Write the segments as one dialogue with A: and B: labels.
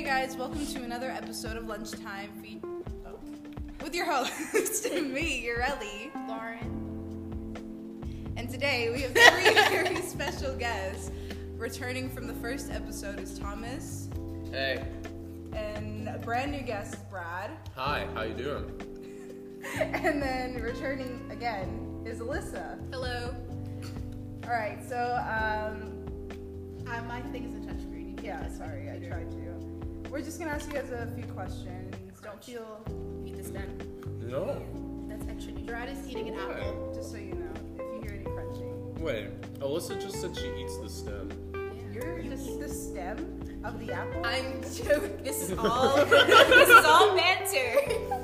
A: Oh, guys. Welcome to another episode of Lunchtime Feed oh. with your host, me, Urelli.
B: Lauren.
A: And today we have three very special guests. Returning from the first episode is Thomas
C: Hey,
A: and a brand new guest, Brad.
C: hi, how you doing?
A: And then returning again is Alyssa.
B: Hello.
A: All right, so um,
B: Uh, my thing is a touchscreen. You can't
A: yeah,
B: touch my
A: sorry, I
B: computer.
A: tried to. We're just gonna ask you guys a few questions. Don't feel
B: Eat this down.
C: No,
B: That's extra nutrient. Brad is eating an
C: Why?
B: apple.
A: just so you know if you hear any crunching.
C: wait. Alyssa just said she eats the stem.
A: You're just the stem of the apple.
D: I'm joking. This is all. this is all banter.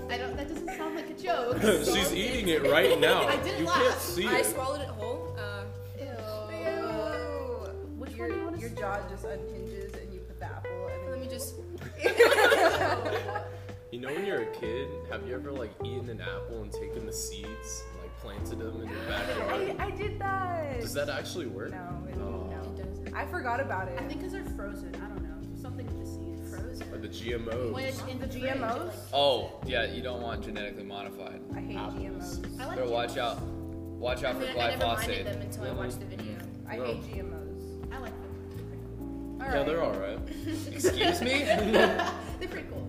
B: I don't. That doesn't sound like a joke.
C: She's eating it right now.
B: I didn't
C: you
B: laugh.
C: can't see
D: I
C: it.
D: swallowed it whole. Uh,
B: Ew. Which
A: your,
B: one do you want to
A: Your jaw just unhinges and you put the apple and
D: let me just.
C: you know when you're a kid, have you ever like eaten an apple and taken the seeds, like planted them in your backyard?
A: I, I did that.
C: Does that actually work?
A: No, it,
C: Oh.
A: no.
D: It does.
A: I forgot about it.
B: I think because they're frozen. I don't know. Something with the seeds.
C: Or the
D: Frozen.
B: When
C: GMOs?
B: it's in the fridge, it,
A: GMOs?
B: like,
E: Oh, yeah, you don't want genetically modified.
A: I hate
C: Apples.
A: GMOs.
B: I like
E: Or
B: GMOs.
E: watch out. Watch
D: I,
E: out for
D: mean, I never minded them
E: glyphosate.
D: until I watched the video.
A: I
C: No.
A: hate GMOs.
B: I like them.
A: All
C: Yeah, they're all right.
E: Excuse me?
B: They're pretty cool.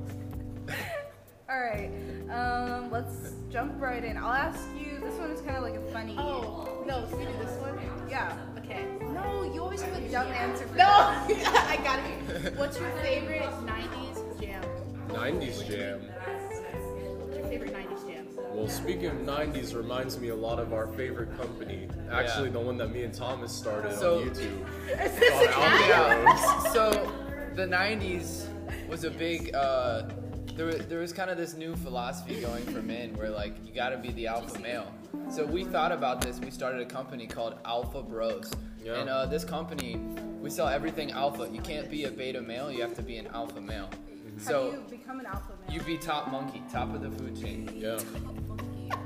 A: All right. Um, let's jump right in. I'll ask you. This one is kind of like a funny.
B: Oh no, can we do this one?
A: Yeah.
B: Okay.
A: No, you always have a dumb answer for
B: No,
A: that.
B: I got it. What's your favorite '90s jam?
C: 90s jam.
B: What's your favorite '90s jam?
C: Well, speaking of 90s, reminds me a lot of our favorite company. Actually, the one that me and Thomas started
E: So-
C: on YouTube.
E: Oh, yeah. So, the 90s was a big. Uh, there, wa- there was kind of this new philosophy going for men where, like, you gotta be the alpha male. So, we thought about this. We started a company called Alpha Bros.
C: Yeah.
E: And uh, this company, we sell everything alpha. You can't be a beta male, you have to be an alpha male.
A: Have
E: So,
A: you become an alpha male?
E: you be top monkey, top of the food chain.
C: Yeah.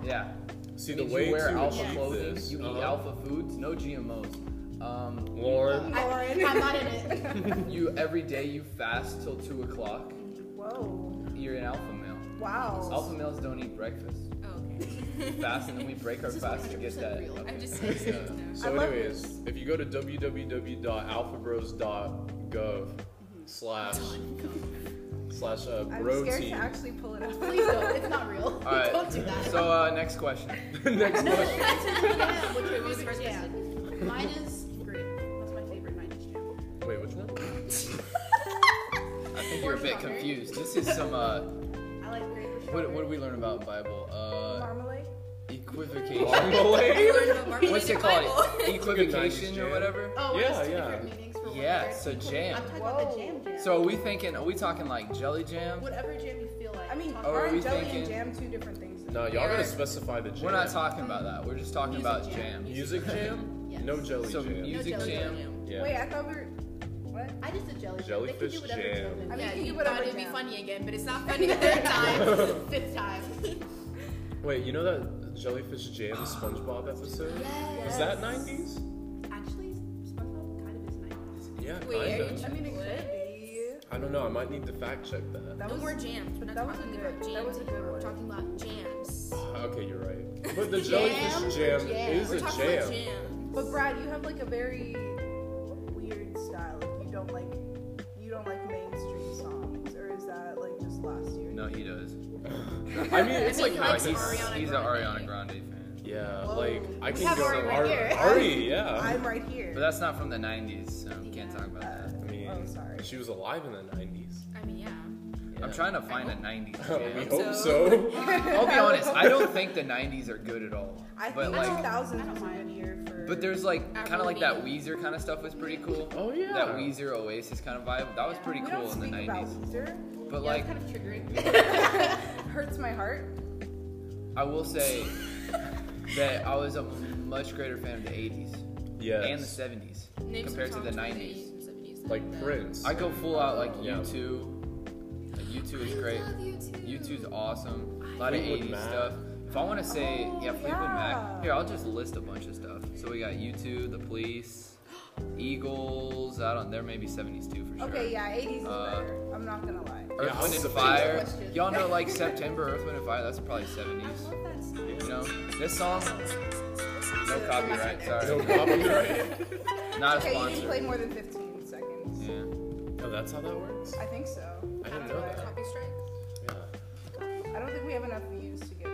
E: Yeah.
C: See, the
E: means
C: way
E: you wear
C: to
E: alpha
C: achieve
E: clothing,
C: this.
E: you
C: Uh-huh.
E: eat alpha foods, no GMOs. Um,
C: Lauren.
B: I, I'm not in it.
E: you every day you fast till two o'clock.
A: Whoa.
E: You're an alpha male.
A: Wow.
E: Alpha males don't eat breakfast.
D: Oh, okay.
E: Fast and then we break our
B: This is
E: fast to get
B: 100%
E: that.
B: real.
E: okay.
D: I'm just saying.
C: Yeah.
A: I
C: So,
A: love
C: anyways, if you go to www.alphabros.gov slash slash uh,
A: I'm
C: bro
A: scared
C: team.
A: to actually pull it up.
B: Please don't. It's not real.
E: All right.
B: Don't do that.
E: So uh, next question.
C: Next question.
B: yeah, what's your
D: What was the
B: favorite
D: first
B: jam? Mine is grape. That's my favorite '90s jam.
C: Wait, which one?
E: I think you're a bit confused. This is some. Uh,
B: I like grape. or
E: what, what
B: strawberry.
E: do we learn about Bible? Uh,
A: Marmalade.
E: equivocation.
C: Marmalade.
E: What's it called? Equivocation
C: jam.
E: or whatever.
B: Oh, it's
C: Yeah,
B: different
C: yeah.
B: meanings for
E: Yeah,
B: whatever.
E: it's a
B: Cool.
E: jam.
B: I'm talking about the
A: Whoa.
B: jam jam.
E: So are we thinking? Are we talking like jelly jam?
B: whatever jam you feel like.
A: I mean,
B: Talk
E: Oh, are
A: orange
E: we
A: jelly
E: thinking-
A: and jam two different things.
C: No, y'all gotta specify the jam.
E: We're not talking about that. We're just talking
B: Music
E: about
B: jam.
E: jam.
C: music jam.
B: Yes.
C: No jelly
E: So
C: jam.
E: music
B: jelly
E: jam.
B: jam.
C: yeah.
A: Wait, I thought we were. What?
B: I just did jelly jam. They could
C: Jellyfish
B: do whatever
C: jam.
B: jam.
A: I mean,
D: Yeah,
A: you
D: you
A: would've
D: thought it'd be
A: went down.
D: funny again, but it's not funny the third time.
B: Fifth time.
C: Wait, you know that jellyfish jam SpongeBob episode? Was that 90s?
B: Actually, SpongeBob kind of is nice.
C: Yeah,
D: Wait, are you
C: kinda.
A: I mean, it
D: What?
A: could be.
C: I don't know. I might need to fact check that.
A: That
D: No
A: was
D: more jams. We're not
A: that was a
D: talking
A: good-
D: about
A: that
D: jams.
A: was a good
D: anymore.
A: one.
D: We're talking about jams.
C: Okay, you're right. But the jellyfish jam,
B: jam.
C: is
D: We're
C: a
D: talking
C: jam.
D: about jams.
A: But Brad, you have like a very weird style. Like you don't like you don't like mainstream songs, or is that like just last year?
E: No, he does.
C: I mean, it's
D: I mean,
C: like
D: he likes
C: 90s.
D: Ariana
E: He's an
D: Grande.
E: Ariana Grande fan.
C: Yeah,
A: Whoa.
C: like I
A: We
C: can
A: have
C: go
A: Ari
C: to
A: right
C: Ari,
A: here.
C: Ari, yeah.
A: I'm right here.
E: But that's not from the 90s, so we can't talk about
A: Uh,
E: that.
C: I mean,
A: oh, sorry.
C: she was alive in the 90s.
D: I mean, yeah.
E: I'm trying to find a 90s
C: Oh, we
E: jam.
C: hope
D: So-
C: so.
E: I'll be honest, I don't think the 90s are good at all.
A: I
E: But
A: think
E: like,
A: 2000 was a
B: mind.
A: good year for.
E: but there's like
D: I
E: kind of like
D: really-
E: that Weezer kind of stuff was pretty cool.
C: Oh, yeah.
E: That Weezer Oasis kind of vibe. That was pretty
A: we
E: cool
A: don't
E: in the
A: speak about
E: 90s.
A: Weezer.
E: But
B: Yeah,
E: like,
B: it's kind of triggering.
A: Hurts my heart.
E: I will say that I was a much greater fan of the 80s and the
C: Yes.
E: 70s
D: Name some
E: compared to the
D: songs from
E: 90s.
D: 80s and 70s that-
C: Like
D: that-
C: Prince.
E: I go full out like
C: Yeah.
E: U2. Like, U2 is great. U2's awesome. A lot of
C: Fleetwood
E: 80s
C: Mac.
E: stuff. If I want to say,
A: Oh,
E: yeah, Fleetwood
A: yeah.
E: Mac. Here, I'll just list a bunch of stuff. So we got U2, The Police, Eagles. I don't. There may be 70s too for sure.
A: Okay, yeah, 80s is
E: Uh,
A: better. I'm not gonna lie.
E: Earth,
C: Yeah,
E: Wind,
C: I'll
E: and
C: say
E: Fire.
B: that.
E: Y'all know like September, Earth, Wind, and Fire. That's probably 70s.
D: love that song.
E: You know, this song. No copyright. Sorry.
C: No copyright.
E: Not a
A: Okay, you didn't play
E: sponsor.
A: more than 15 seconds.
E: Yeah.
C: oh, that's how that works.
A: I think so.
C: I didn't know that.
D: Copy strike.
C: Yeah.
A: I don't think we have enough views to get.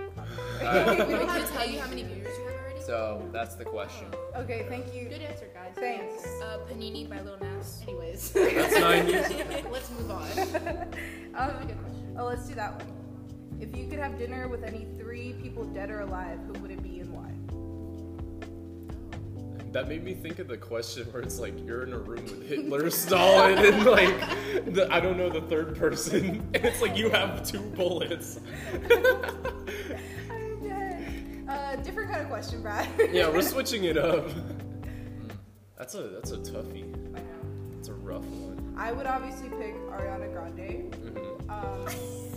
E: Alright,
D: We don't have to tell you how many viewers you have already.
E: so that's the question.
A: Okay, thank you.
B: Good answer, guys. Good
A: Thanks.
B: answer.
D: Uh, Panini by Lil Nas.
B: Anyways,
C: That's 90s.
B: let's move on.
A: Um, oh, let's do that one. If you could have dinner with any three people, dead or alive, who would it be and why?
C: That made me think of the question where it's like you're in a room with Hitler, Stalin, and like the, I don't know the third person, and it's like you have two bullets.
A: I'm dead. Uh, different kind of question, Brad.
C: Yeah, we're switching it up. That's a that's a toughie.
A: I know.
C: It's a rough one.
A: I would obviously pick Ariana Grande,
C: Mm-hmm.
A: um,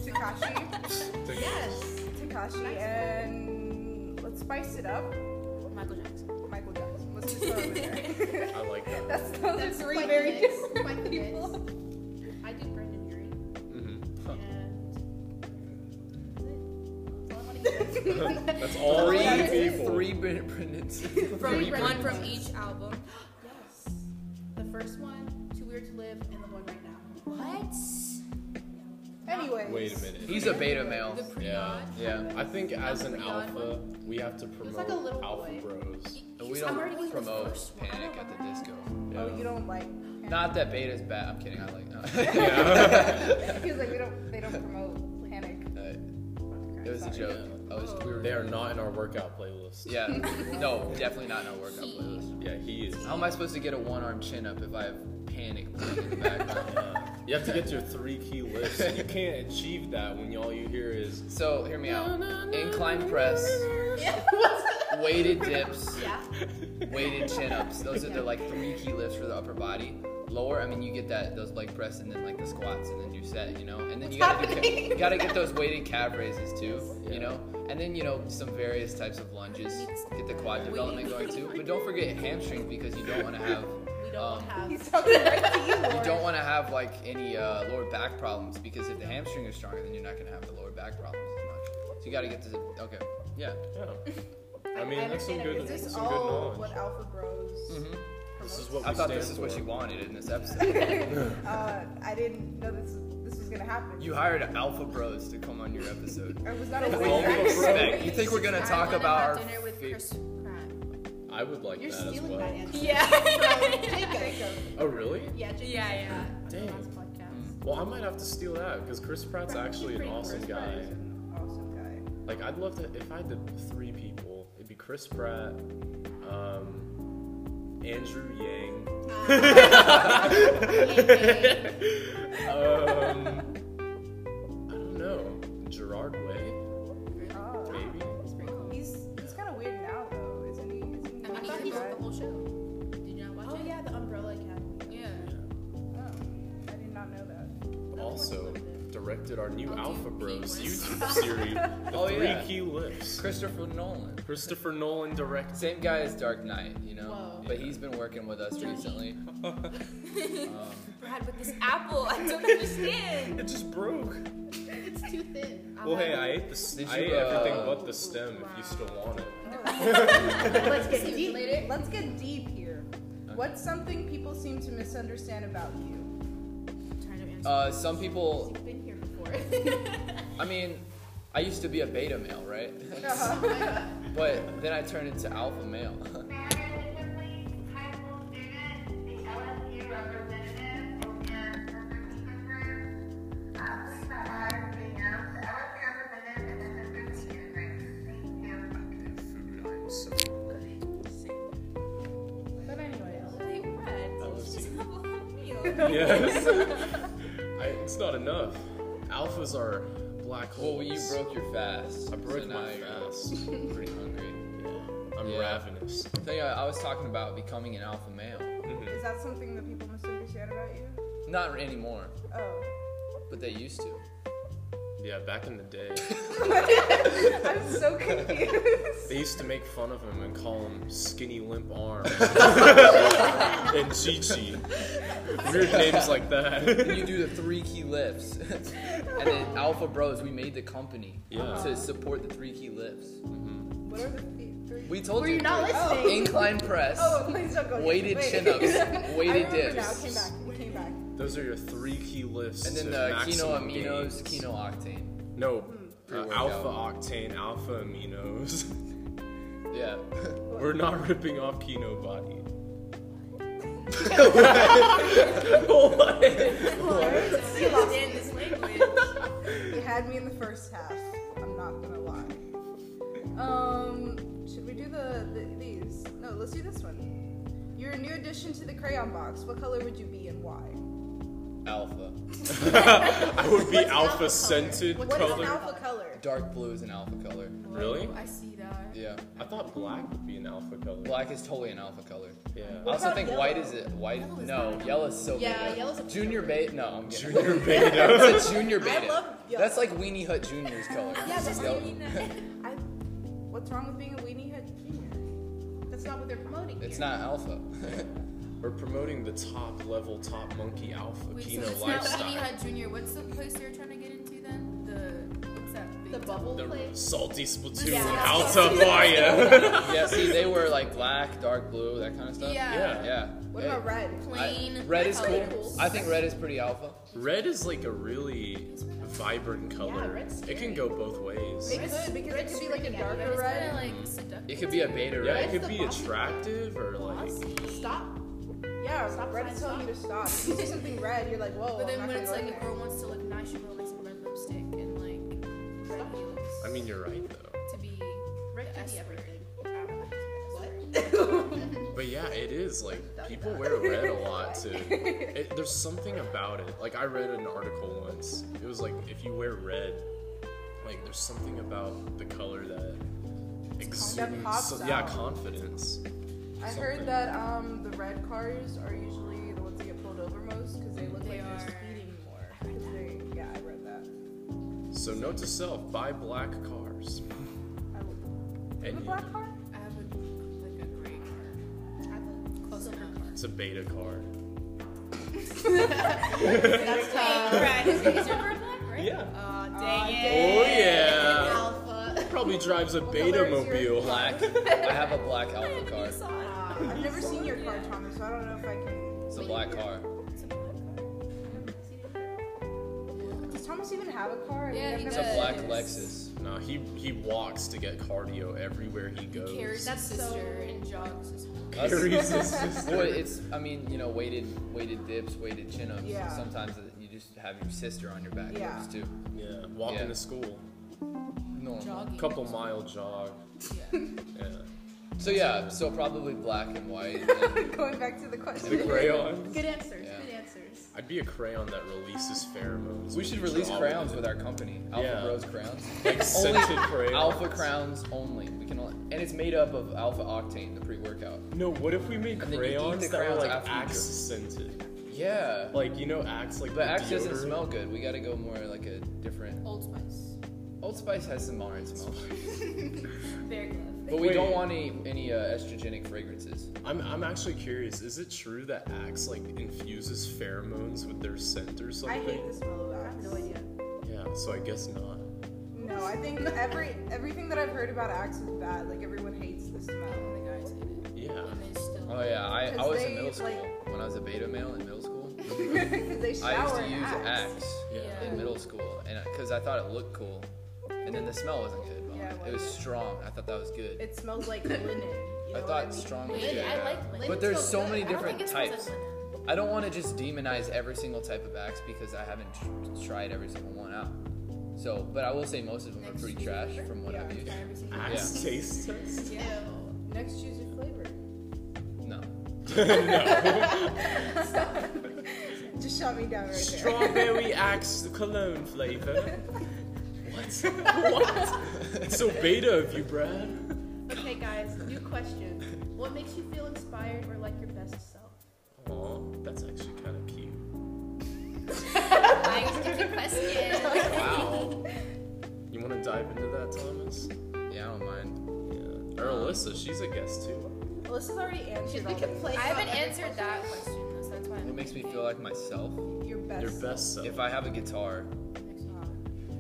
A: Takashi,
D: Yes.
A: Takashi, and let's spice it up,
D: Michael Jackson.
A: Michael Jackson. Let's just throw him in there.
C: I like that.
A: That's those are
B: That's
A: three
B: quite the
A: very
B: mix,
A: different
B: quite the mix.
A: people.
B: I do Brendan Urie.
C: Mhm.
B: And that's all I wanna give.
C: That's all
E: Three,
A: that's
C: three people.
E: three Brendan. Brennan's.
D: From
C: Three
D: one
C: Brennans.
D: from each album.
B: Yes. The first one, Too Weird to Live, and the one right now.
D: What?
A: Anyways.
C: Wait a minute.
E: He's a beta male.
D: The pre
C: yeah, yeah. I think as an
D: Not the odd
C: alpha, we have to promote
B: like a little
C: alpha
B: boy.
C: bros.
E: And we
D: I'm already
E: don't
D: with the
E: promote
D: first one. I
E: panic
D: don't
E: at the
D: wanna-
E: disco.
C: Yeah.
A: Oh, you don't like. him.
E: Not that beta's bad. I'm kidding. I like. No.
A: He was like, we don't. They don't promote panic.
E: Uh,
A: Okay,
E: it was a
A: sorry.
E: joke. I was. We were.
C: They are not in our workout playlist.
E: Yeah. No, definitely not in a workout playlist.
C: yeah, he is.
E: How am I supposed to get a one-arm chin-up if I have panic playing in the background?
C: You have to get your three key lifts. and You can't achieve that when all you hear is
E: So hear me out. Incline press, weighted dips,
B: Yeah.
E: weighted chin-ups. Those are the like three key lifts for the upper body. Lower, I mean, you get that those leg press and then like the squats and then you set, you know, and then you gotta do ca- you gotta get those weighted calf raises too, you know, and then you know some various types of lunges, get the quad development going too. But don't forget hamstrings because you don't want to have
B: We
E: um,
B: don't have.
A: He's talking right to you,
E: you
A: Lord.
E: don't want to have like any uh, lower back problems because if the hamstring is stronger, then you're not gonna have the lower back problems as much. So you gotta get to the okay, yeah.
C: yeah. I mean, that's some
B: understand
C: good,
A: Is this
C: some good
A: all
C: knowledge.
A: what Alpha Bros?
C: This is what
E: I
C: we
E: thought
C: stand
E: this is what
C: for.
E: you wanted in this episode.
A: Uh, I didn't know this this was gonna happen.
E: you hired Alpha Bros to come on your episode.
A: I was not aware.
E: Well,
A: that-
E: respect. You think we're gonna
D: I
E: talk
D: wanna
E: about
D: have
E: our
D: dinner with
E: fa-
D: Chris Pratt.
C: I would like
B: You're
C: that as
B: stealing
C: well.
B: that answer.
D: Yeah.
A: Jacob.
C: Oh, really?
B: Yeah, Jacob.
D: Yeah, yeah.
B: The
C: Dang.
B: last podcast.
C: Well, I might have to steal that because Chris Pratt's
B: Pratt-
C: actually an
B: pretty
C: awesome
B: Chris
C: guy.
B: Pratt.
A: He's an awesome guy.
C: Like, I'd love to if I had the three people. It'd be Chris Pratt, um, Andrew Yang,
B: AKA,
C: um, I don't know, Gerard Way,
A: Oh.
C: maybe.
B: it's pretty cool.
A: He's he's kind of weird now though, isn't he? Isn't
D: I mean,
A: he
D: he
B: thought
A: a
D: did
A: bad
D: the whole show. Did you not watch
B: Oh
D: it?
B: yeah, the Umbrella Academy.
D: Yeah.
A: guy? Oh, I did not know that.
C: Also directed our new
D: I'll do
C: Alpha
D: pink
C: Bros
D: ones.
C: YouTube series, The
E: Oh,
C: Three
E: yeah.
C: Key Lifts.
E: Christopher Nolan,
C: Christopher Nolan directed.
E: same guy as Dark Knight, you know,
B: Whoa.
E: but he's been working with us
D: Johnny.
E: recently.
D: Brad with this apple, I don't understand.
C: It just broke.
B: It's too thin. Uh,
C: Well, hey, I ate the. s-
E: Did
C: I
E: you,
C: ate everything
E: uh,
C: but the stem. If you still want it.
B: Let's get
D: See you later.
A: Let's get deep here. What's something people seem to misunderstand about you?
D: Time to answer.
E: Uh, some people,
B: You've been here before.
E: I mean, I used to be a beta male, right?
A: Uh,
E: but then I turned into alpha male.
A: but anyways,
D: Wait, Brad,
C: I love
D: just
C: you.
D: have a whole meal.
C: Yes. I, it's not enough. Alphas are black holes.
E: well, you broke your fast.
C: I broke
E: so now
C: my
E: you're
C: fast.
E: Pretty hungry.
C: Yeah. I'm
E: Yeah.
C: ravenous.
E: The thing I, I was talking about becoming an alpha male.
A: is that something that people misunderstand about you?
E: Not anymore,
A: Oh,
E: but they used to.
C: Yeah, back in the day,
A: I'm so confused.
C: they used to make fun of him and call him Skinny Limp Arm and Chi Chi. Weird names like
E: When you
C: that.
E: do the three key lifts, and then Alpha Bros, we made the company
C: Yeah.
E: to support the three key lifts.
A: What are the th- three?
E: We told
B: Were
E: you.
B: you not
E: three.
A: Oh.
B: listening?
E: Incline press,
A: Oh, please don't go.
E: Weighted
A: Wait.
E: chin-ups, weighted
A: I remember
E: dips.
A: Now. It Came back. It came
C: Those are your three key lifts.
E: and then
C: to
E: the
C: maximum
E: Kino Aminos,
C: gains.
E: Kino Hmm, Octane.
C: No, uh,
E: Pre-workout.
C: alpha octane, alpha aminos.
E: Yeah.
C: We're not ripping off Kino Body.
A: back. You lost
D: understand this language.
A: me. You had me in the first half. I'm not gonna lie. Um, should we do the, the these? No, let's do this one. You're a new addition to the crayon box. What color would you be and why?
E: Alpha.
C: I would
B: What's an
C: be
B: alpha
C: alpha
B: color?
C: scented
B: What
A: What is an
C: color.
A: alpha color?
E: Dark blue is an alpha color.
D: Oh,
C: Really?
B: I see that.
E: Yeah.
C: I thought black would be an alpha color.
E: Black is totally an alpha color.
C: Yeah.
E: I also
A: about
E: think
A: yellow?
E: white is it white.
D: Yellow is not
E: no,
D: an
E: yellow is so
B: Yeah,
E: beta.
B: yellow's a beta.
E: junior beta. No, I'm kidding.
C: Junior beta.
E: It's a junior beta.
A: love yellow.
E: That's like Weenie Hut Junior's color.
A: Yeah, that's
E: Yellow.
A: I. What's wrong with being a weenie head junior?
B: That's not what they're promoting.
E: It's
B: here.
E: not alpha.
C: We're promoting the top level, top monkey alpha
D: Wait,
C: Kino
D: so it's not Weenie
C: lifestyle.
D: Hut Junior. What's the place you're trying to get into then? The what's that? Big
B: the bubble
C: The
B: place.
C: salty Splatoon,
D: Yeah.
C: how tough are ya?
E: yeah, see, they were like black, dark blue, that kind of
D: Yeah.
E: stuff.
C: Yeah.
E: Yeah.
A: What
E: Hey,
A: about red?
E: I-
D: Plain.
E: red is
D: color.
E: cool. I think red is pretty alpha.
C: Red is like a really vibrant color.
B: red's
C: it
B: scary.
C: can go both ways.
A: It could because it could be like a darker
D: It's
A: red.
D: kinda like seductive.
E: It could be a beta
C: Yeah,
E: red.
C: it
B: Red's
C: could
B: the
C: be
B: bossy
C: attractive or like.
B: Stop.
A: Yeah,
B: Stop
A: red
B: sign,
A: is telling you to stop. If you see something red, you're like, whoa.
D: But
A: I'm
D: then
A: not
D: when
A: gonna
D: it's
A: go
D: like
A: in
D: a
A: there.
D: girl wants to look nice, she will like some red lipstick and like red heels
C: I mean, you're right though.
D: to be
B: Rick
D: the
B: can
D: S
B: be
D: word.
B: everything. What?
C: But yeah, it is like people wear red a lot too. It, there's something about it. Like I read an article once. It was like if you wear red, like there's something about the color that exudes
A: pops
C: so- yeah
A: out.
C: confidence.
A: I
C: something.
A: heard that um the red cars are usually the ones that get pulled over most because they look
D: They
A: like
D: are.
A: they're speeding more. 'Cause they- yeah, I read that.
C: So note to self: buy black cars.
A: I would. Do you have
C: And
A: a
C: you,
A: black car?
D: I have a, like a gray car.
B: I have a
D: Close
B: close
D: enough.
C: it's a beta car.
B: That's tough.
D: Red is your bird black, right?
C: Yeah.
D: Aw,
A: Uh,
D: dang
B: Aw,
D: it.
C: Oh yeah.
B: Alpha.
C: Probably drives a
A: color
C: beta
A: is your-
C: mobile.
E: Black. I have a black alpha car.
D: It's all-
A: I've never seen your car, Thomas, so I don't know if I can.
E: It's a black car.
D: it's a black car.
A: Does Thomas even have a car? I mean,
D: Yeah,
A: I've
D: he
A: never-
E: It's a black
D: Yes.
E: Lexus.
C: No, he he walks to get cardio everywhere he goes.
D: Carries his
B: That's
D: sister
B: so-
D: and jogs his whole
E: Us-
C: Carries his sister.
E: Well, it's I mean you know weighted weighted dips, weighted chin ups.
A: Yeah.
E: Sometimes you just have your sister on your back.
A: Yeah.
E: Those two.
C: Yeah, walking
E: Yeah.
C: to school.
E: Normal.
D: jogging.
C: Couple mile jog.
D: Yeah.
C: Yeah.
E: So yeah, so probably black and white.
A: Going back to the
C: The
A: question.
C: crayons.
B: Good answers.
E: Yeah.
B: Good answers.
C: I'd be a crayon that releases pheromones.
E: we should release
C: Draw
E: crowns
C: it.
E: with our company, Alpha
C: Yeah.
E: Bros Crowns.
C: like
E: Only
C: scented crayons.
E: Alpha crowns only. We can only, and it's made up of alpha octane, the pre-workout.
C: No, what if we made
E: then you eat
C: crayons
E: the
C: that were
E: crayons
C: like
E: after you
C: axe
E: jerk.
C: scented?
E: Yeah,
C: Like you know, axe like.
E: but
C: the
E: axe doesn't
C: deodorant?
E: smell good. We gotta go more like a different.
D: Old Spice.
E: Old Spice has some modern smell,
D: Very good.
E: but we don't
C: Wait.
E: want any any uh, estrogenic fragrances.
C: I'm I'm actually curious. Is it true that axe like infuses pheromones with their scent or
A: I
C: something?
A: hate the smell of that.
B: I have no idea.
C: Yeah, so I guess not.
A: No, I think every everything that I've heard about Axe is bad. Like everyone hates the smell.
D: The guys hate it.
C: Yeah.
D: And they still.
E: Oh yeah, I, I
A: 'Cause
E: was
A: they,
E: in middle school
A: like-
E: when I was a beta male in middle school.
A: Because they shower
E: I used to
A: in
E: use
A: Axe.
E: axe
C: Yeah.
E: in middle school, and because I thought it looked cool, and then the smell wasn't good. but
A: Yeah, it
E: it was
A: wasn't.
E: strong. I thought that was good.
A: It smells like linen. You
E: I
A: know
E: thought
A: what I mean?
E: strong was
D: Wait,
E: good.
D: I like linen.
E: But there's
D: smells
E: so
D: good.
E: many
D: I don't
E: different
D: think it smells like
E: types.
D: linen.
E: I don't want to just demonize every single type of axe because I haven't tr- tried every single one out. So, but I will say most of them are
D: Next
E: pretty
D: year,
E: trash
D: remember?
E: from what I've used.
D: Every single-
C: Axe taste test.
B: Ew.
A: Next, choose your flavor.
E: No.
A: Just shut me down right there.
C: Strawberry axe cologne flavor. what? what? So beta of you, Brad.
B: Okay, guys. New question. What makes you feel inspired or like your best self?
C: Aw, that's actually kind of cute.
D: I
F: There's a different question.
E: Wow.
C: You want to dive into that, Thomas?
E: Yeah, I don't mind.
C: Yeah. Or Alyssa, she's a guest too.
A: Alyssa's already answered all these.
F: I haven't answered that question, though, so that's why
E: It
F: I'm
E: makes me feel like myself.
A: your best.
C: Your best self.
E: If I have a guitar,
A: self.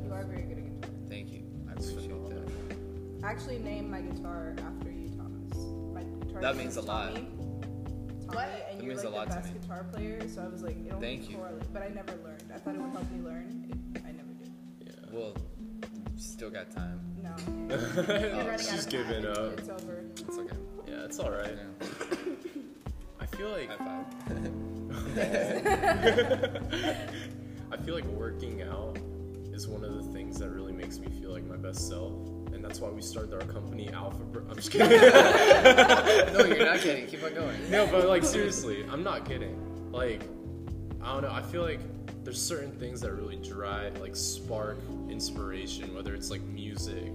A: You are very good at guitar.
E: thank you. I appreciate that.
A: actually named my guitar after you, Thomas. My guitar
E: That
A: name
E: means
A: is
E: a lot.
A: Tommy. Tommy, And
E: That
A: you're
E: means
A: like
E: a lot
A: the
E: to
A: best
E: me.
A: guitar player, so I was like, it only
E: Thank you.
A: correlate- But I never learned. I thought it would help me learn. It, I never did.
C: Yeah.
E: Well, still got time.
A: No,
C: Oh, she's giving up.
A: it's over.
E: It's okay.
C: Yeah, it's all right.
E: Yeah.
C: I feel like
E: High five.
C: I feel like working out is one of the things that really makes me feel like my best self, and that's why we started our company Alpha. Bro- I'm just kidding.
E: No, you're not kidding. Keep on going.
C: No, but like seriously, I'm not kidding. Like, I don't know. I feel like there's certain things that really drive, like, spark inspiration, whether it's like music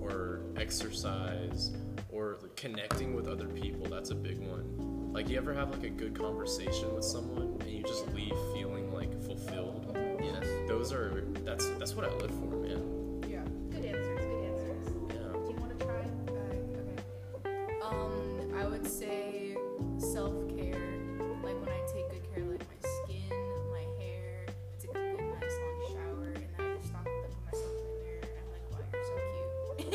C: or exercise or like, connecting with other people. That's a big one. Like, you ever have like a good conversation with someone and you just leave feeling like fulfilled?
E: Yes.
C: Those are that's that's what I live for, man.
A: Yeah.
B: Good answers. Good answers.
C: Yeah.
B: Do you want to try? Uh, okay.
D: Um, I would say self care, like when I take good care, of, like my skin, my hair. I take a good, nice long shower, and then I just stop and look at myself in the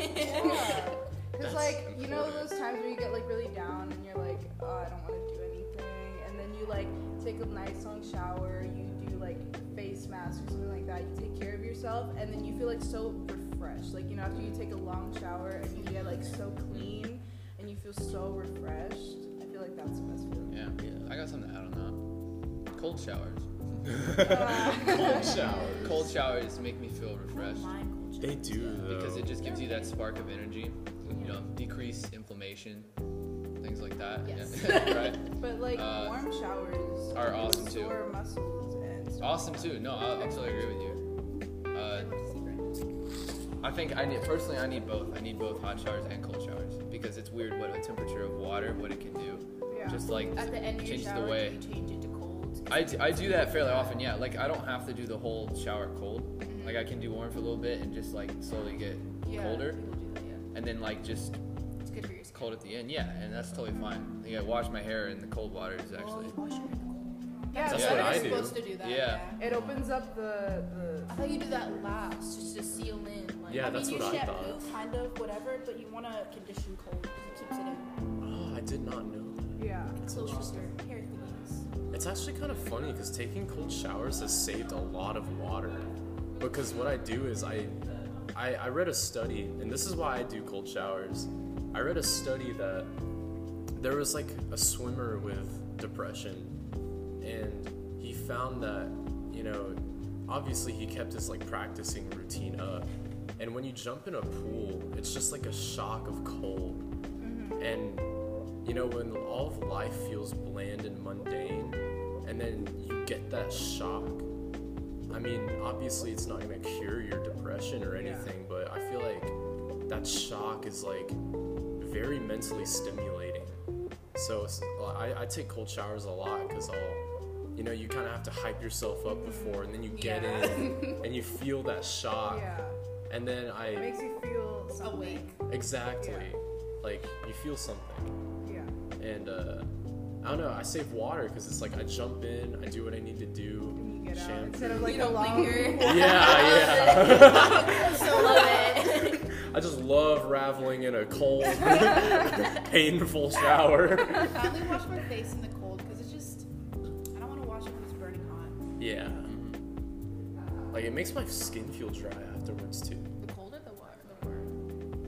D: mirror. And I'm like, wow, you're so cute.
A: Because,
C: That's
A: like, you know
C: important.
A: those times where you get, like, really down and you're like, oh, I don't want to do anything. And then you, like, take a nice long shower, you do, like, face mask or something like that. You take care of yourself, and then you feel, like, so refreshed. Like, you know, after you take a long shower and you get, like, so clean and you feel so refreshed, I feel like that's the best feeling.
E: Yeah. I got something out on that. Cold showers.
C: Cold showers.
E: Cold showers make me feel refreshed
D: Mind culture.
C: They do though.
E: because it just gives you that spark of energy. You know, decrease inflammation, things like that.
B: Yes.
E: Yeah. right.
A: But, like,
E: Uh,
A: warm showers
E: are awesome, too.
A: restore muscles and stuff.
E: Awesome too. No, I actually agree with you. Uh,
B: I want to see Brandon.
E: I think I need personally. I need both. I need both hot showers and cold showers because it's weird what a temperature of water what it can do.
A: Yeah.
E: Just like
D: At the end of your
E: change
D: shower,
E: the way.
D: do you change it to cold?
E: I, d- I do that fairly often, yeah. Like, I don't have to do the whole shower cold. Like, I can do warm for a little bit and just, like, slowly get
D: Mm-hmm. Yeah,
E: colder.
D: people do that, yeah.
E: And then, like, just
D: It's good for your skin.
E: cold at the end, yeah. And that's totally fine. Like, I wash my hair in the cold water, is actually.
A: Yeah,
C: That's
A: so
C: what
A: it-
C: I
D: You're
C: do.
D: supposed to do that.
E: Yeah.
A: It opens up the, the
D: I thought you do that last, just to seal in. Like,
C: Yeah,
D: I mean,
C: that's
B: you
C: what I
B: shampoo,
C: thought.
B: kind of, whatever, but you want to condition cold because it keeps it in.
C: Oh, I did not know.
A: yeah.
B: Close your hair thingies.
C: It's actually kind of funny because taking cold showers has saved a lot of water. Because what I do is I, I, I read a study, and this is why I do cold showers. I read a study that there was like a swimmer with depression, and he found that you know, obviously he kept his like practicing routine up, and when you jump in a pool, it's just like a shock of cold, and you know, when all of life feels bland and mundane, and then you get that shock. I mean, obviously, it's not gonna cure your depression or anything, but I feel like that shock is like very mentally stimulating. So it's- I, I take cold showers a lot because I'll, you know, you kind of have to hype yourself
A: Mm-hmm.
C: up before, and then you get
D: Yeah.
C: in and you feel that
E: Uh,
C: shock,
A: Yeah.
C: and then I
A: It makes you feel something.
B: Awake.
C: exactly
A: Yeah.
C: like you feel something
A: Yeah.
C: and uh, I don't know. I save water because it's like I jump in, I do what I need to do.
A: And you get out.
C: shampoo.
A: Instead of like
D: You
A: a
D: don't
A: long
D: linger.
C: yeah, Ah, yeah.
D: So love it.
C: I just love raveling in a cold, painful shower.
B: I only wash my face in the cold because it's just, I don't want to wash it when it's burning hot.
C: Yeah, like it makes my skin feel dry afterwards too.
B: The colder the water, the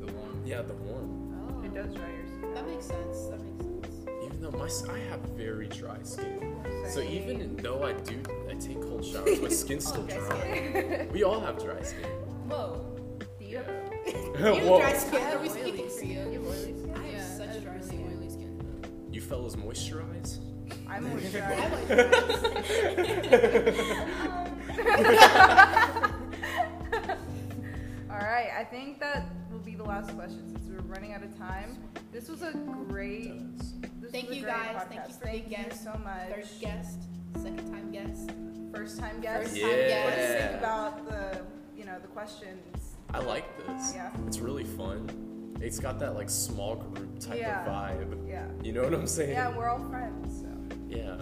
B: warm.
E: The warm.
C: Yeah, the warm.
B: Oh.
A: It does dry your skin.
B: That makes sense. That makes sense.
C: Even though my s- I have very dry skin, so even though I do, I take cold showers, my skin's still dry. We all have dry skin.
D: Whoa.
A: You have
C: Whoa.
D: I have
B: Are we
D: oily
B: speaking for you?
D: skin.
B: I have
D: Yeah,
B: such
D: I have
B: dry
D: really
B: skin.
D: oily skin.
C: You fellas moisturize.
B: I
A: I'm moisturized.
B: have like dry skin.
A: All right, I think that will be the last question since we're running out of time. This was a great. This
B: Thank
A: was a
B: you
A: great
B: guys. Thank you
A: podcast.
B: for being
A: Thank you
B: guests.
A: so much.
B: Third guest. Second time guess.
A: First time guess.
B: First
E: time Yeah.
A: What do you
E: guess.
A: think about the you know the questions?
C: I like this.
A: Yeah.
C: It's really fun. It's got that like small group type
A: Yeah.
C: of vibe.
A: Yeah.
C: You know what I'm saying?
A: Yeah, we're all friends. So.
C: Yeah.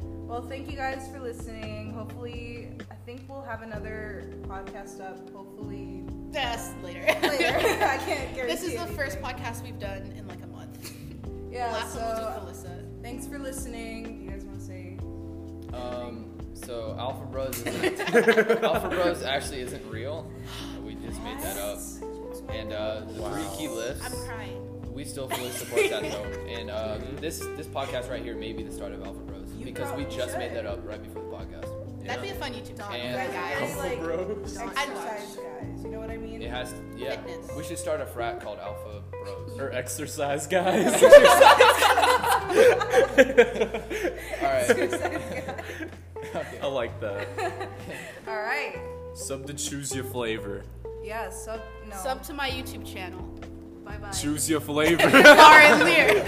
A: Well, thank you guys for listening. Hopefully, I think we'll have another podcast up. Hopefully
B: Yes, later.
A: later. I can't guarantee.
B: this is the first
A: anything.
B: podcast we've done in like a month. the
A: Yeah.
B: last one
A: So
B: was with Alyssa.
A: thanks for listening. Do you guys want to say?
E: Um, so Alpha Bros isn't Alpha Bros actually isn't real. We just made that up. And uh, the
C: Wow.
E: three key lifts.
B: I'm crying.
E: We still fully support that though. And uh, this this podcast right here may be the start of Alpha Bros
A: You
E: because we
A: probably
E: just made
A: should.
E: that up right before the podcast.
B: That'd be a fun YouTube talk,
E: And-
A: You guys are
B: guys.
A: very, like
C: Bros.
A: exercise guys. You know what I mean?
E: It has yeah.
B: Fitness.
E: We should start a frat called Alpha Bros.
C: Or exercise guys.
E: All right.
C: I like that.
A: All right.
C: Sub to choose your flavor.
A: Yeah. Sub. No.
B: um, Sub to my YouTube channel. Bye bye.
C: Choose your flavor.
B: Lauren Lear.